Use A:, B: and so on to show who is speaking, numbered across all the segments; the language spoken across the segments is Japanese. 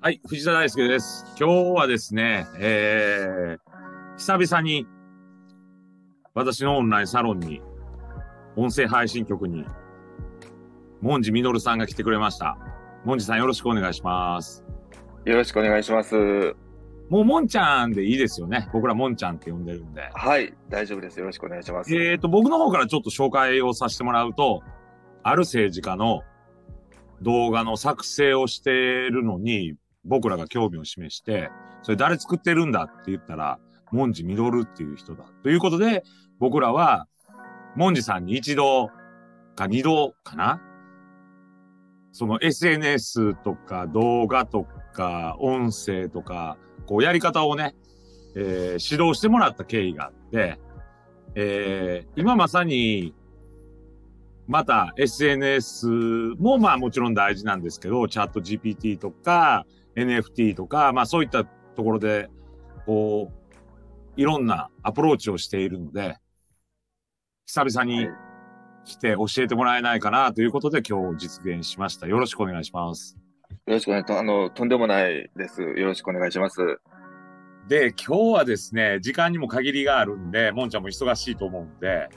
A: はい、藤田大輔です。今日はですね、えー、久々に私のオンラインサロンに、音声配信局に、モンジミノルさんが来てくれました。モンジさんよろしくお願いします。
B: よろしくお願いします。
A: もうモンちゃんでいいですよね。僕らモンちゃんって呼んでるんで。
B: はい、大丈夫です。よろしくお願いします。
A: えーと、僕の方からちょっと紹介をさせてもらうと、ある政治家の動画の作成をしてるのに、僕らが興味を示して、それ誰作ってるんだって言ったら、モンジミドルっていう人だ。ということで、僕らは、モンジさんに一度か二度かなその SNS とか動画とか音声とか、こうやり方をね、えー指導してもらった経緯があって、えー今まさに、また SNS もまあもちろん大事なんですけど、チャット GPT とか NFT とか、まあそういったところで、こう、いろんなアプローチをしているので、久々に
B: はい
A: 来て教えてもらえないかなということで今日実現しました。よろしくお願いします。
B: よろしくお願いします。あの、とんでもないです。よろしくお願いします。
A: で、今日はですね、時間にも限りがあるんで、もんちゃんも忙しいと思うんで、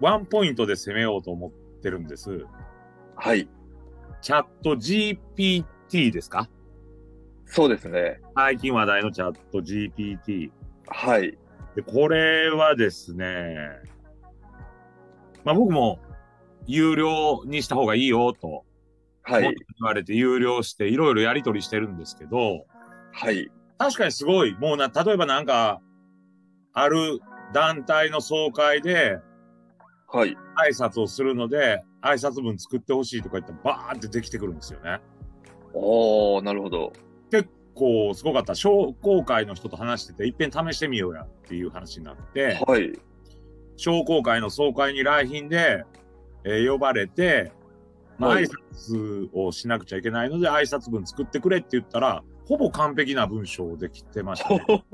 A: ワンポイントで攻めようと思ってるんです。
B: はい、
A: チャット GPT ですか
B: そうですね。
A: 最近話題のチャット GPT。
B: はい、
A: で、これはですね、まあ僕も有料にした方がいいよと、
B: は
A: もっ
B: い
A: と、言われて有料していろいろやり取りしてるんですけど、
B: はい、
A: 確かにすごい、もうな、例えばなんか、ある団体の総会で
B: はい、
A: 挨拶をするので、挨拶文作ってほしいとか言ってバーってできてくるんですよね。
B: おー、なるほど。
A: 結構すごかった。商工会の人と話してて、いっぺん試してみようやっていう話になって、
B: はい、
A: 商工会の総会に来賓で、えー呼ばれて、まあ、
B: は
A: 挨
B: い
A: 拶をしなくちゃいけないので、挨拶文作ってくれって言ったら、ほぼ完璧な文章できてました、ね。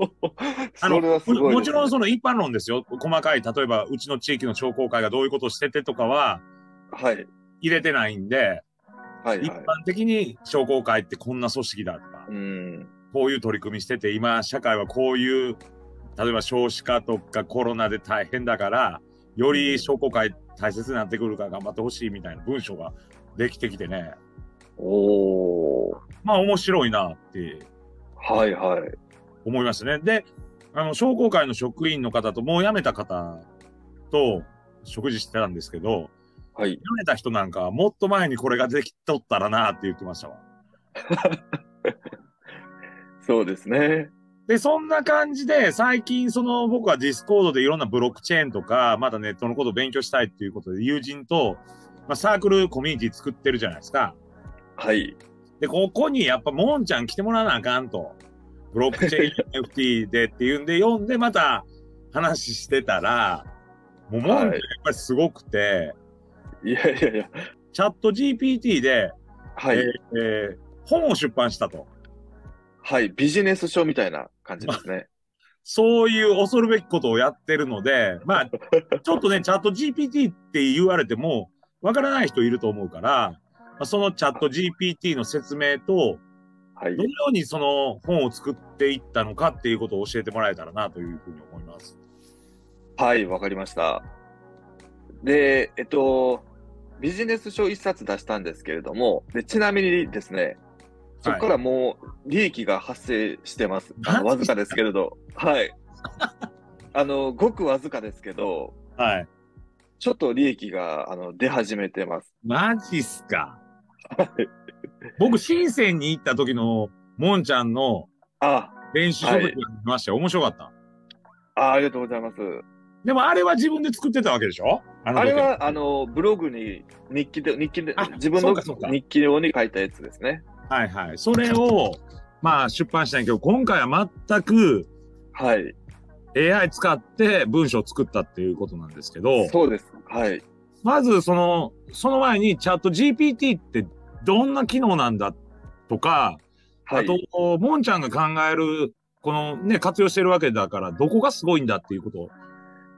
A: あの
B: それはすごい、
A: ももちろんその一般論ですよ。細かい、例えばうちの地域の商工会がどういうことをしててとかは
B: はい、
A: 入れてないんで、
B: はい、
A: 一
B: はい
A: 般。的に商工会ってこんな組織だとか
B: う、ん、
A: こういう取り組みしてて、今社会はこういう、例えば少子化とかコロナで大変だから、より商工会大切になってくるから頑張ってほしいみたいな文章ができてきてね、
B: おー、
A: まあ面白いなって
B: はい、はい、
A: 思いましたね。で、あの、商工会の職員の方と、もう辞めた方と食事してたんですけど、
B: はい。
A: 読めた人なんかはもっと前にこれができとったらなって言ってましたわ。
B: そうですね。
A: で、そんな感じで、最近、その、僕はディスコードでいろんなブロックチェーンとか、まだネットのことを勉強したいっていうことで、友人と、まあ、サークルコミュニティ作ってるじゃないですか。
B: はい、
A: で、ここにやっぱ、もんちゃん来てもらわなあかんと。ブロックチェーン NFT でっていうんで、読んで、また話してたら、もう、もんちゃんやっ
B: はい
A: ぱりすごくて、
B: いやいやいや、
A: チャット GPT で、
B: はい、
A: えー本を出版したと。
B: はい、ビジネス書みたいな感じですね。
A: そういう恐るべきことをやってるので、まあ、ちょっとね、チャット GPT って言われても、わからない人いると思うから、まあ、そのチャット GPT の説明と、
B: はい
A: どの、ようにその本を作っていったのかっていうことを教えてもらえたらなというふうに思います。
B: はい、わかりました。で、えっと、ビジネス書一冊出したんですけれども、でちなみにですね、そこか
A: はい
B: らもう利益が発生してます。
A: マジ
B: あのわずかですけれど、 はい。あの、ごくわずかですけど、
A: はい。
B: ちょっと利益があの出始めてます。
A: マジっす か。僕、深センに行った時の、もんちゃんの
B: あ、
A: 練習食事を見ましたよ。面白かった。
B: あありがとうございます。
A: でも、あれは自分で作ってたわけでしょあの
B: あ
A: 時
B: れは、あの、ブログに日記で、日記で
A: あ、
B: 自分
A: そう
B: の
A: かそうか
B: 日記用に書いたやつですね。
A: はいはい。それを、まあ出版したんやけど、今回は全く
B: はい。
A: AI 使って文章を作ったっていうことなんですけど、
B: そうです。はい。
A: まずその、その前にチャット GPT ってどんな機能なんだとか、
B: はい。
A: あと、もんちゃんが考える、このね、活用してるわけだから、どこがすごいんだっていうこと。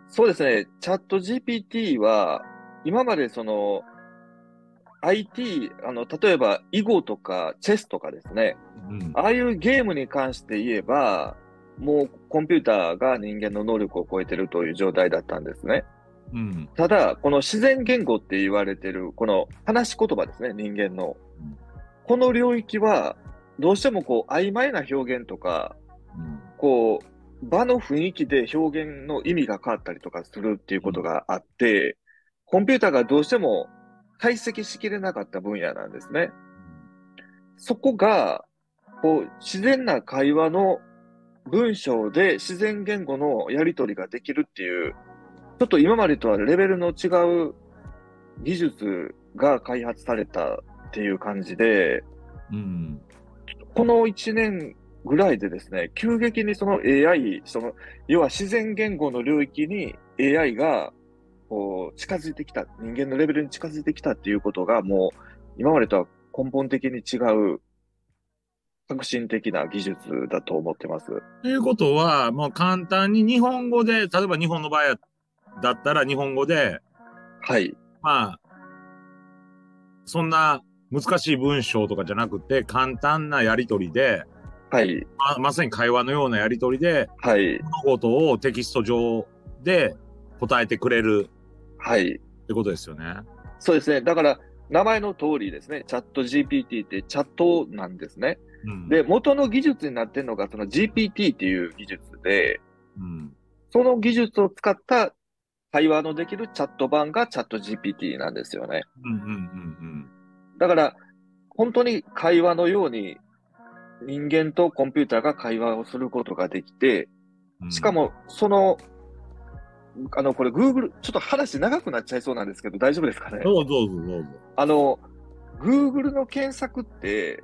B: そうですね、チャット GPT は、今までその、IT、あの、例えば、囲碁とか、チェスとかですね、
A: うん。
B: ああいうゲームに関して言えば、もうコンピューターが人間の能力を超えてるという状態だったんですね。
A: うん。
B: ただ、この自然言語って言われてる、この話し言葉ですね、人間の
A: うん。
B: この領域は、どうしてもこう、曖昧な表現とか、
A: うん
B: こう、場の雰囲気で表現の意味が変わったりとかするっていうことがあって、コンピューターがどうしても解析しきれなかった分野なんですね。そこが、こう、自然な会話の文章で自然言語のやり取りができるっていう、ちょっと今までとはレベルの違う技術が開発されたっていう感じで、
A: うん。
B: この1年ぐらいでですね、急激にその AI、その、要は自然言語の領域に AI が、こう、近づいてきた、人間のレベルに近づいてきたっていうことが、もう、今までとは根本的に違う、革新的な技術だと思ってます。
A: ということは、もう簡単に日本語で、例えば日本の場合だったら日本語で、
B: はい。
A: まあ、そんな難しい文章とかじゃなくて、簡単なやりとりで、
B: はい。
A: ままさに会話のようなやりとりで、
B: はい。
A: 物事をテキスト上で答えてくれる
B: はい。
A: ってことですよね。
B: そうですね。だから、名前の通りですね、チャット GPT ってチャットなんですね。
A: うん、
B: で、元の技術になってるのが、その GPT っていう技術で、
A: うん、
B: その技術を使った会話のできるチャット版がチャット GPT なんですよね。
A: うん、うん、うん
B: だから、本当に会話のように人間とコンピューターが会話をすることができて、
A: うん、うん
B: しか、もその、あの、これ Google、ちょっと話長くなっちゃいそうなんですけど、大丈夫ですかね
A: どうぞどうぞどうぞ。
B: あの、Google の検索って、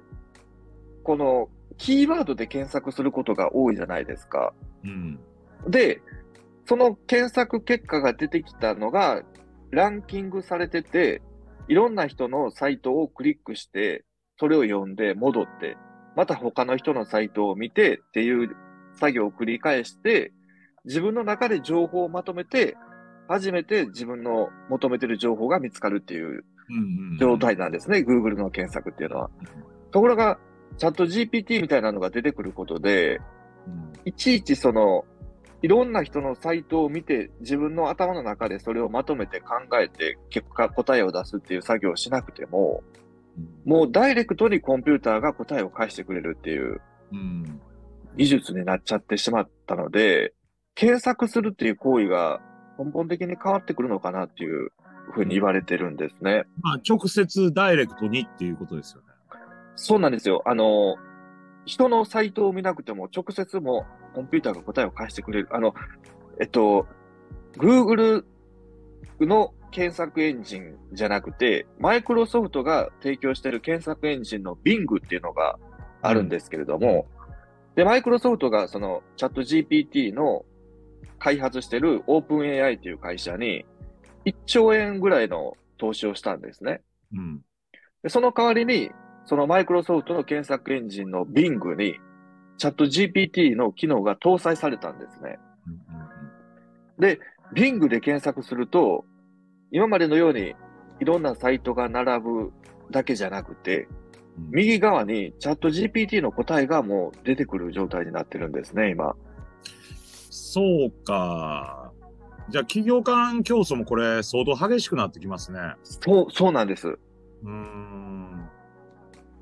B: このキーワードで検索することが多いじゃないですか。
A: うん、
B: で、その検索結果が出てきたのが、ランキングされてて、いろんな人のサイトをクリックして、それを読んで戻って、また他の人のサイトを見てっていう作業を繰り返して、自分の中で情報をまとめて、初めて自分の求めてる情報が見つかるっていう
A: うん、うん。
B: 状態なんですね、Google の検索っていうのは。ところが、チャット GPT みたいなのが出てくることで、
A: うん。
B: いちいちその、いろんな人のサイトを見て、自分の頭の中でそれをまとめて考えて、結果答えを出すっていう作業をしなくても、もうダイレクトにコンピューターが答えを返してくれるっていう
A: うん、
B: 技術になっちゃってしまったので、検索するっていう行為が根本的に変わってくるのかなっていうふうに言われてるんですね。
A: まあ、直接ダイレクトにっていうことですよね。
B: そうなんですよ。あの、人のサイトを見なくても、直接もコンピューターが答えを返してくれる。あの、えっと、Google の検索エンジンじゃなくて、マイクロソフトが提供している検索エンジンの Bing っていうのがあるんですけれども、で、マイクロソフトがそのチャット GPT の開発している OpenAI という会社に1兆円ぐらいの投資をしたんですね。
A: うん、
B: で、その代わりに、そのマイクロソフトの検索エンジンの Bing に、チャット GPT の機能が搭載されたんですね。
A: うん、
B: Bing で検索すると、今までのようにいろんなサイトが並ぶだけじゃなくて、
A: うん。うん
B: 右側にチャット GPT の答えがもう出てくる状態になってるんですね、今。
A: そうか。じゃあ、企業間競争もこれ、相当激しくなってきますね。
B: そう、そうなんです。
A: うーん。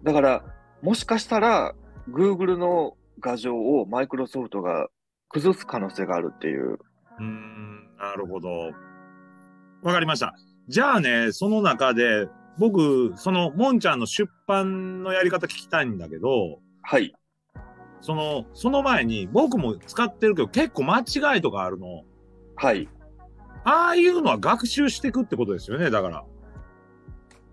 B: だから、もしかしたら、Google の画像をマイクロソフトが崩す可能性があるっていう。
A: うーん、なるほど。わかりました。じゃあね、その中で、僕、その、もんちゃんの出版のやり方聞きたいんだけど、
B: はい。
A: その、その前に、僕も使ってるけど、結構間違いとかあるの。
B: はい。
A: ああいうのは学習していくってことですよね、だから。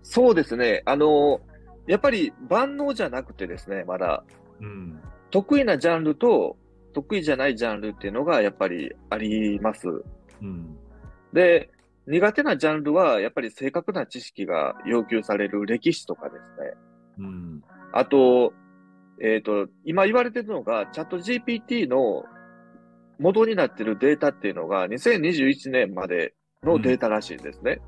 B: そうですね。あの、やっぱり万能じゃなくてですね、まだ、
A: うん。
B: 得意なジャンルと、得意じゃないジャンルっていうのがやっぱりあります。
A: うん。
B: で、苦手なジャンルは、やっぱり正確な知識が要求される歴史とかですね。
A: うん。
B: あと、えっ、と、今言われてるのが、チャット GPT の元になってるデータっていうのが、2021年までのデータらしいんですね。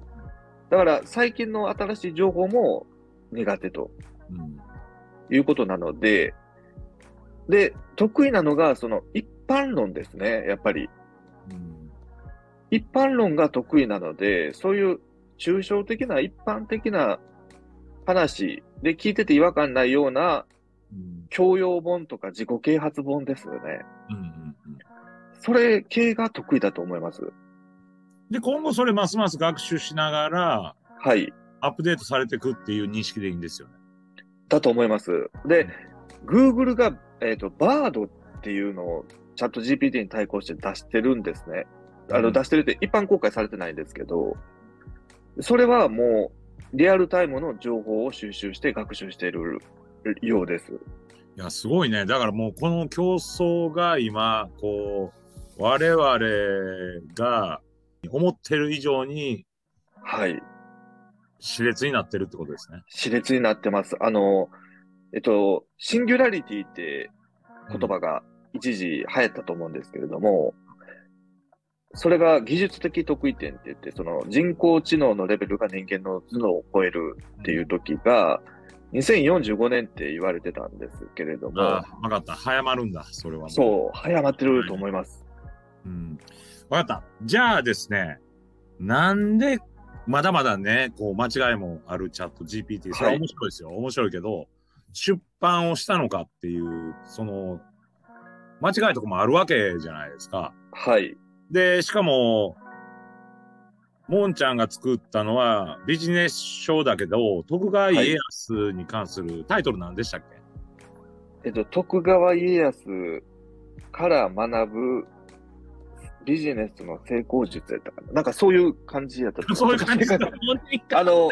B: だから最近の新しい情報も苦手と
A: うん。
B: いうことなので、で、得意なのがその一般論ですね、やっぱり。
A: うん。
B: 一般論が得意なので、そういう抽象的な一般的な話で聞いてて違和感ないような
A: うん。
B: 教養本とか自己啓発本ですよね。
A: うんうんうん。
B: それ系が得意だと思います。
A: で、今後それますます学習しながら、
B: はい。
A: アップデートされていくっていう認識でいいんですよね。
B: だと思います。で、Google が、えっ、と、BARD っていうのをチャット GPT に対抗して出してるんですね。あの、
A: うん
B: 出してるって一般公開されてないんですけど、それはもう、リアルタイムの情報を収集して学習しているようです。
A: いや、すごいね。だからもうこの競争が今、こう、我々が思ってる以上に
B: はい。
A: 熾烈になってるってことですね。
B: 熾烈になってます。あの、えっと、シンギュラリティって言葉が一時流行ったと思うんですけれども、それが技術的得意点って言って、その人工知能のレベルが人間の頭脳を超えるっていう時が、2045年って言われてたんですけれども、
A: ああ、わかった。早まるんだ、それはもう。
B: そう、早まってると思います。
A: うん。わかった。じゃあですね、なんで、まだまだね、こう、間違いもあるチャット GPT、それは面白いですよ。面白いけど、出版をしたのかっていう、その、間違いとかもあるわけじゃないですか。
B: はい、
A: で、しかも、もんちゃんが作ったのはビジネス書だけど、徳川家康に関するタイトルなんでしたっけ、
B: えっと、徳川家康から学ぶビジネスの成功術やったかな。なんかそういう感じやったと 思
A: そういう感じか。
B: あの、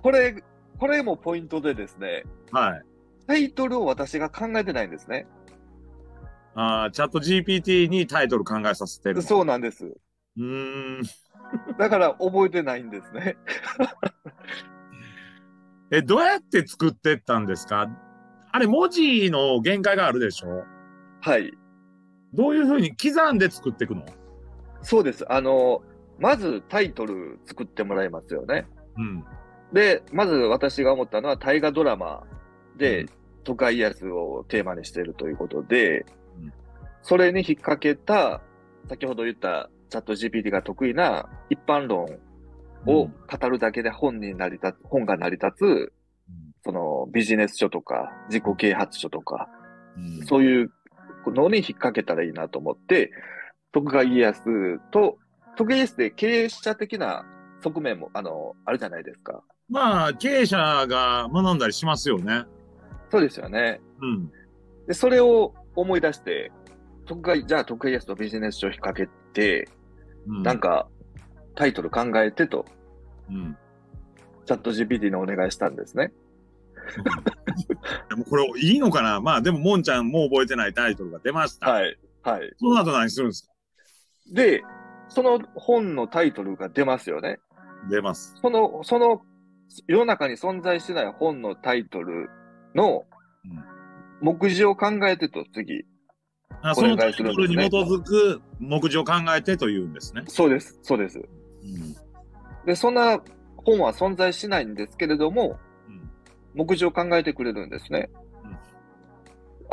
B: これ、これもポイントでですね、
A: はい。
B: タイトルを私が考えてないんですね。
A: あーチャット GPT にタイトル考えさせてる。
B: そうなんです。
A: うーん。
B: だから覚えてないんですね。
A: え、どうやって作ってったんですかあれ、文字の限界があるでしょ
B: はい。
A: どういうふうに刻んで作っていくの
B: そうです。あの、まずタイトル作ってもらいますよね。
A: うん。
B: で、まず私が思ったのは大河ドラマ
A: う
B: で
A: ん
B: 都会家康をテーマにしているということで
A: うん、
B: それに引っ掛けた、先ほど言ったチャット GPT が得意な一般論を
A: うん
B: 語るだけで本に成り立つ、本が成り立つそのビジネス書とか自己啓発書とか、
A: うん
B: そういうのに引っ掛けたらいいなと思って、徳川家康と、徳川家康って経営者的な側面も、あの、あるじゃないですか。
A: まあ、経営者が学んだりしますよね。
B: そうですよね。
A: うん。
B: で、それを思い出して、徳川、じゃあ徳川家康とビジネス書を引っ掛けて、
A: うん、
B: なんか、タイトル考えてと、
A: うん。
B: チャット GPT にお願いしたんですね。
A: でもこれいいのかなまあでも、もんちゃんもう覚えてないタイトルが出ました。
B: はい。はい。
A: その後何するんですか
B: で、その本のタイトルが出ますよね。
A: 出ます。
B: その、その、世の中に存在しない本のタイトルの
A: うん、
B: 目次を考えてと、次。
A: あ
B: こ
A: そ
B: れ
A: の
B: が
A: タ
B: い
A: イ
B: す
A: ト
B: るん
A: ル
B: です
A: に基
B: ね
A: づく目次を考えてというんですね。
B: そうです、そうです。
A: うん。
B: で、そんな本は存在しないんですけれども、
A: うん
B: 目次を考えてくれるんですね
A: うん。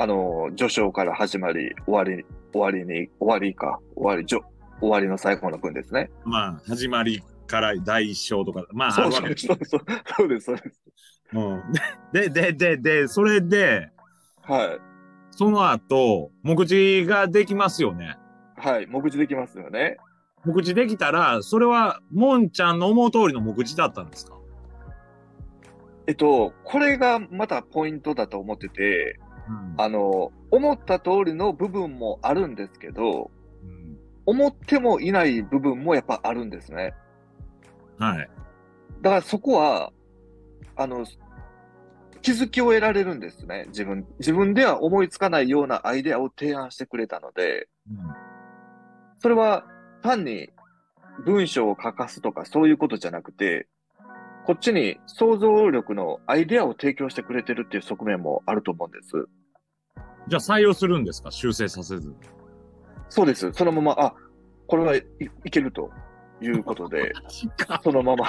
B: あの、序章から始まり、終わり、終わりに、終わりか、終わり、序終わりの最後の文ですね。
A: まあ、始まりから第一章とか、まあ、あ
B: そう
A: るわ
B: そ
A: け
B: うそうそう、そうです、そうです。
A: うんで、で、で、で、それで、
B: はい。
A: その後、目次ができますよね。
B: はい、目次できますよね。
A: 目次できたら、それは、もんちゃんの思う通りの目次だったんですか
B: えっと、これがまたポイントだと思ってて、
A: うん
B: あの、思った通りの部分もあるんですけど、
A: うん。
B: 思ってもいない部分もやっぱあるんですね。
A: はい。
B: だからそこは、あの、気づきを得られるんですね。自分、自分では思いつかないようなアイデアを提案してくれたので、
A: うん
B: それは単に文章を書かすとかそういうことじゃなくて、こっちに想像力のアイデアを提供してくれてるっていう側面もあると思うんです。
A: じゃあ採用するんですか修正させず。
B: そうです。そのまま、あ、これはい、いけるということで、そのまま、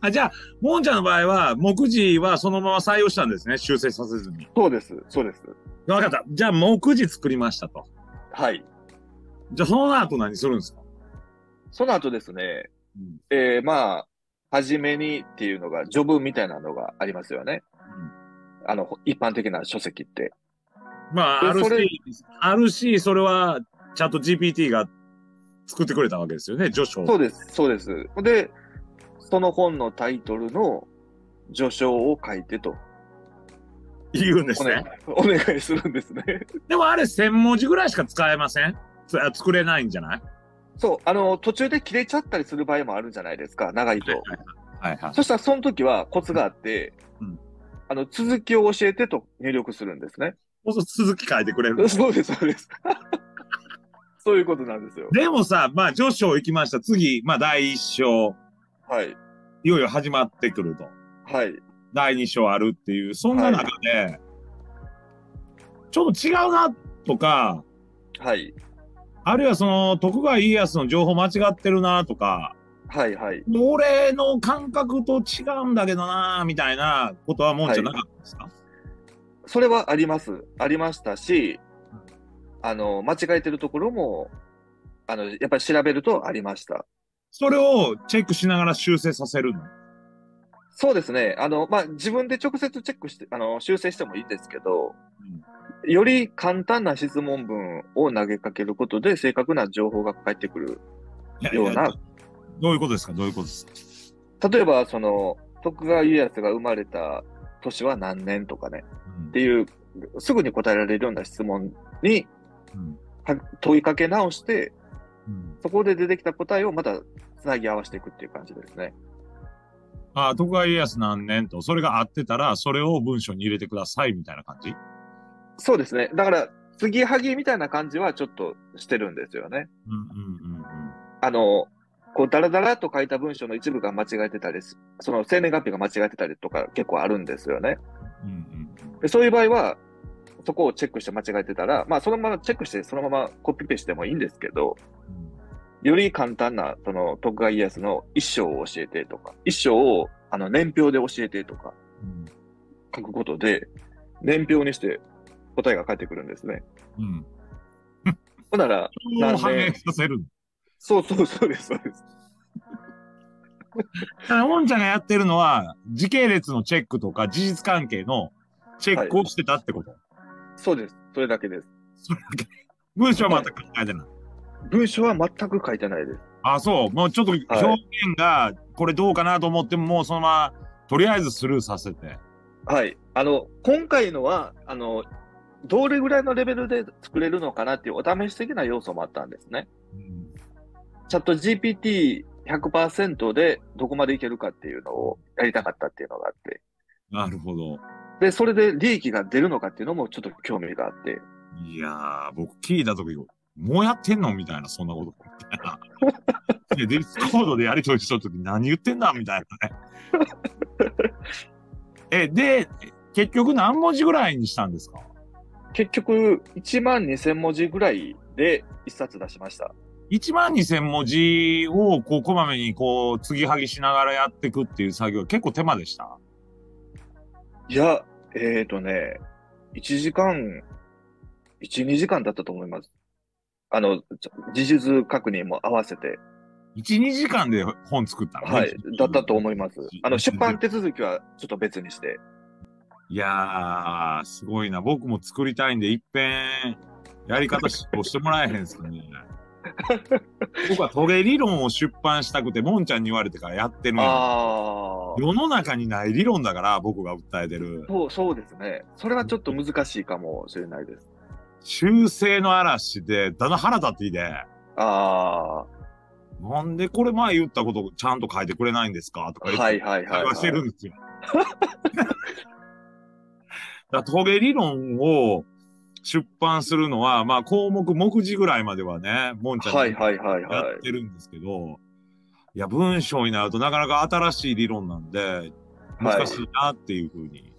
A: あじゃあ、もんちゃんの場合は、目次はそのまま採用したんですね。修正させずに。
B: そうです、そうです。
A: わかった。じゃあ、目次作りましたと。
B: はい。
A: じゃあ、その後何するんですか
B: その後ですね、
A: うん
B: えー、まあ、はじめにっていうのが、ジョブみたいなのがありますよね。あの、ほ一般的な書籍って。
A: まあ、
B: でそ
A: RC
B: れ、
A: RC、それは、チャット GPT が作ってくれたわけですよね、序章。
B: そうです、そうです。で、その本のタイトルの序章を書いてと
A: 言うんで
B: お
A: す
B: 願い
A: ね。
B: お願いするんですね。
A: でもあれ、1000文字ぐらいしか使えませんつあ作れないんじゃない
B: そう、あの、途中で切れちゃったりする場合もあるじゃないですか、長いと。
A: はいはい。
B: そしたらその時はコツがあって、
A: うん
B: あの、続きを教えてと入力するんですね。
A: そう続き書いてくれるんです。
B: そうです、そうです。 そういうことなんですよ。
A: でもさ、まあ、序章行きました。次、まあ、第1章、
B: はい。
A: いよいよ始まってくると。
B: はい。
A: 第2章あるっていう、そんな中で、ちょっと違うなとか、
B: はい。
A: あるいはその、徳川家康の情報間違ってるなとか、
B: はい。はい。
A: 俺の感覚と違うんだけどなみたいなことはもんじゃなかったですか、
B: それはあります。ありましたし、あの、間違えてるところも、あの、やっぱり調べるとありました。
A: それをチェックしながら修正させるの。
B: そうですね。あの、まあ、自分で直接チェックして、あの、修正してもいいんですけど、より簡単な質問文を投げかけることで正確な情報が返ってくる
A: いやいや
B: ような。
A: どういうことですかどういうことですか
B: 例えば、その、徳川家康が生まれた年は何年とかね、っていう、すぐに答えられるような質問に
A: うん
B: は問いかけ直して、
A: うん
B: そこで出てきた答えをまたつなぎ合わせていくっていう感じですね。
A: あ徳川家康何年と、それが合ってたら、それを文章に入れてくださいみたいな感じ
B: そうですね。だから、継ぎはぎみたいな感じはちょっとしてるんですよね。
A: うんうんうんうん。
B: あの、こう、だらだらっと書いた文章の一部が間違えてたりす、その生年月日が間違えてたりとか結構あるんですよね。
A: うんうんうん
B: でそういう場合は、そこをチェックして間違えてたら、まあ、そのままチェックして、そのままコピペしてもいいんですけど、
A: うん
B: より簡単な、その、徳川家康の一生を教えてとか、一生を、あの、年表で教えてとか、
A: うん
B: 書くことで、年表にして答えが返ってくるんですね。
A: うん。
B: ほんなら、
A: そ
B: な
A: れ
B: ん
A: を
B: で
A: 反映させるの。
B: そうそうそうです、そうです。
A: だから、もんちゃんがやってるのは、時系列のチェックとか、事実関係のチェックをしてたってこと。
B: そうです。それだけです。
A: それだけ。文章はまた考えてない。
B: 文章は全く書いてないです。
A: あ、そう。もうちょっと表現が、これどうかなと思っても、もうそのまま、とりあえずスルーさせて。
B: はい。あの、今回のは、あの、どれぐらいのレベルで作れるのかなっていうお試し的な要素もあったんですね。
A: うん。
B: チャット GPT100% でどこまでいけるかっていうのをやりたかったっていうのがあって。
A: なるほど。
B: で、それで利益が出るのかっていうのもちょっと興味があって。
A: いやー、僕聞いたとき、もうやってんのみたいな、そんなこと。みたいなで、ディスコードでやりとりしとるとき、何言ってんだみたいなね。え、で、結局何文字ぐらいにしたんですか
B: 結局、1万2000文字ぐらいで1冊出しました。
A: 1万2000文字をこうこまめにこう継ぎはぎしながらやっていくっていう作業結構手間でした
B: いや、えーとね、1時間、1、2時間だったと思います。あの、ちょ事実確認も合わせて、
A: 1、2時間で本作ったのね
B: はい、だったと思います。あの、出版手続きはちょっと別にして。
A: いやー、すごいな。僕も作りたいんで、いっぺん、やり方ししてもらえへんです かね。僕はトゲ理論を出版したくて、もんちゃんに言われてからやってるんや
B: ああ、
A: 世の中にない理論だから、僕が訴えてる。
B: そう、そうですね。それはちょっと難しいかもしれないです。
A: 修正の嵐で、だな腹立っていて、
B: あ
A: なんでこれ前言ったことちゃんと書いてくれないんですかと
B: あ、
A: か言って、
B: はいはいはい、
A: 会
B: は
A: 話してる
B: い。
A: んですよ。 だからトゲ理論を出版するのは、まあ項目、目次ぐらいまではね、もんちゃんに
B: はいはいはい
A: や
B: は
A: ってるんですけど、い、や、文章になるとなかなか新しい理論なんで、
B: い。は
A: 難
B: い
A: し、いなっていうふうに。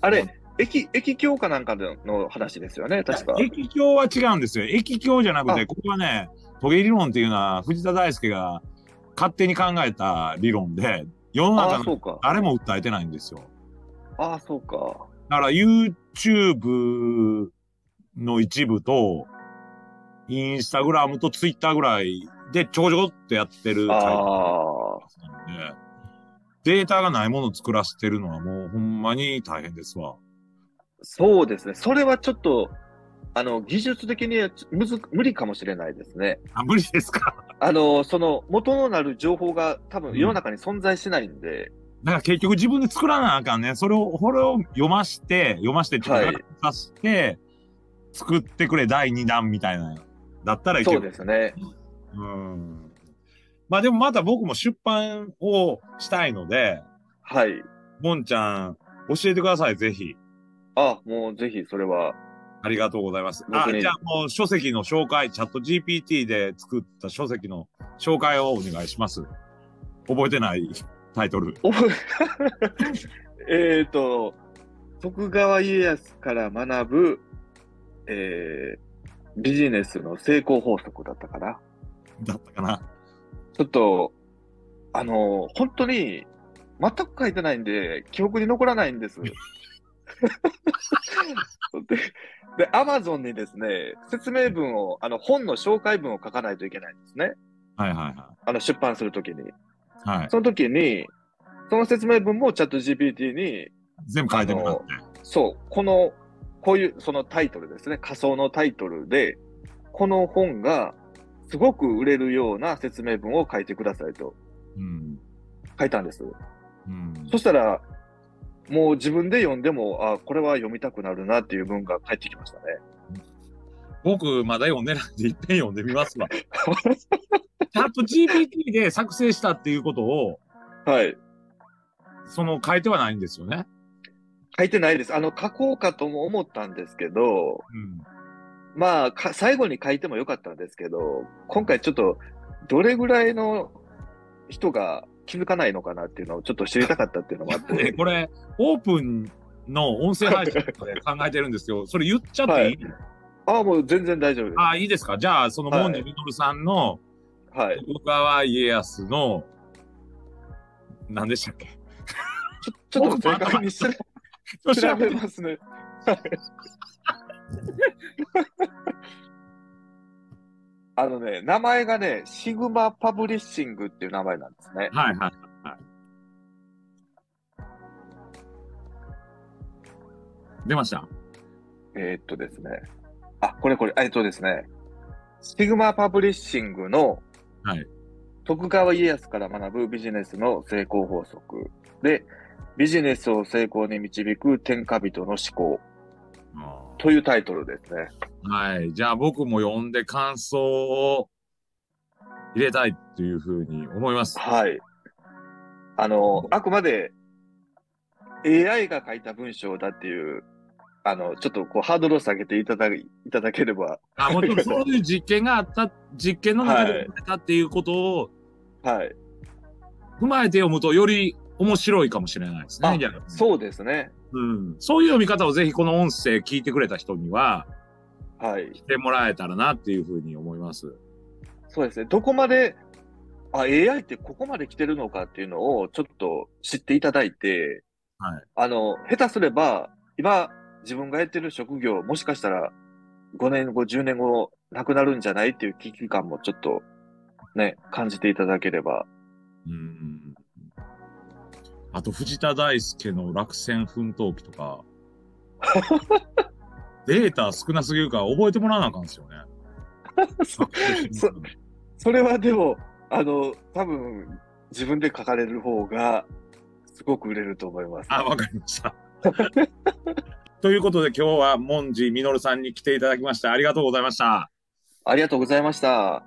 B: あれ、駅、駅教科なんかでの話ですよね、確か。
A: 液境は違うんですよ。液境じゃなくて、
B: あ
A: ここはね、トゲ理論っていうのは藤田大輔が勝手に考えた理論で、世の
B: ああ
A: 中
B: ー、
A: の
B: そうか。
A: 誰も訴えてないんですよ。
B: ああ、そうか。
A: だから YouTube の一部と、インスタグラムとツイッターぐらいでちょこちょこってやってるタイプ
B: ああ、
A: なんで、データがないものを作らせてるのはもうほんまに大変ですわ。
B: そうですね。それはちょっと、あの、技術的にはちむず無理かもしれないですね。
A: あ、無理ですか
B: あの、その、元のなる情報が多
A: う
B: 分
A: ん
B: 世の中に存在しないんで、
A: だから結局自分で作らなあかんね。それを、これを読まして、読ましてって
B: はい
A: いうか、さして、作ってくれ第2弾みたいな。だったらいけ
B: そ
A: る
B: うですね。
A: うん。まあでもまた僕も出版をしたいので、
B: はい。
A: もんちゃん、教えてください、ぜひ。
B: あ、もうぜひそれは、
A: ありがとうございます。あ、
B: 僕に
A: じゃあもう書籍の紹介、チャット GPT で作った書籍の紹介をお願いします。覚えてないタイトル。
B: お えっと、徳川家康から学ぶ、えー、ビジネスの成功法則だったかな。
A: だったかな。
B: ちょっと、あの、本当に、全く書いてないんで、記憶に残らないんです。で、で、アマゾンにですね、説明文を、あの、本の紹介文を書かないといけないんですね。
A: はいは
B: あの、出版するときに。
A: いはい。はい。
B: その時に、その説明文もチャット GPT に、
A: 全部書いてもらって。
B: そう、この、こういう、そのタイトルですね、仮想のタイトルで、この本がすごく売れるような説明文を書いてくださいと
A: うん。
B: 書いたんです。
A: うん。
B: そしたら、もう自分で読んでも、あこれは読みたくなるなっていう文が返ってきましたね。
A: 僕、まだ読んでないんで、いっぺん読んでみますわ。 チャット GPT で作成したっていうことを、
B: はい。
A: その書いてはないんですよね。
B: 書いてないです。あの、書こうかとも思ったんですけど、
A: うん。
B: まあ、か最後に書いてもよかったんですけど、今回ちょっと、どれぐらいの人が気づかないのかなっていうのをちょっと知りたかったっていうのもあっ
A: で
B: て、
A: これ、オープンの音声配信とかで考えてるんですけ ど、それ言っちゃっていい、
B: はいああ、もう全然大丈夫です。
A: あ、いいですかじゃあ、その、
B: はい
A: モンジミノルさんの、
B: はい。
A: 徳川家康の、何でしたっけ
B: ちょちょっと
A: 僕も
B: 正確に調べ調べますね。はいあのね、名前がね、シグマパブリッシングっていう名前なんですね。
A: はいはい。出ました。
B: えーっとですね。あ、これこれ、えーっとですね。シグマパブリッシングの、
A: はい
B: 徳川家康から学ぶビジネスの成功法則で、ビジネスを成功に導く天下人の思考というタイトルですね。
A: はい。じゃあ僕も読んで感想を入れたいっていうふうに思います。
B: はい。あの、あくまで AI が書いた文章だっていう、あの、ちょっとこうハードルを下げていただいただければ、
A: あ、もちろんそういう実験があった、実験の中で生まれたっていうことを
B: はい。
A: 踏まえて読むとより面白いかもしれないですね
B: あ。
A: じゃあ
B: そうですね。
A: うんそういう読み方をぜひこの音声聞いてくれた人には
B: はい。
A: してもらえたらなっていうふうに思います。
B: そうですね。どこまで、あ、AI ってここまで来てるのかっていうのをちょっと知っていただいて、
A: はい
B: あの、下手すれば、今、自分がやってる職業、もしかしたら、5年後、10年後、なくなるんじゃないっていう危機感もちょっと、ね、感じていただけ れば。
A: うん。あと、藤田大輔の落選奮闘記と か、データ少なすぎるから覚えてもらわなあかんですよね。
B: そそれはでも、あの、多分、自分で書かれる方が、すごく売れると思います。
A: あ、わかりました。 ということで今日は、モンジミノルさんに来ていただきましてありがとうございました。
B: ありがとうございました。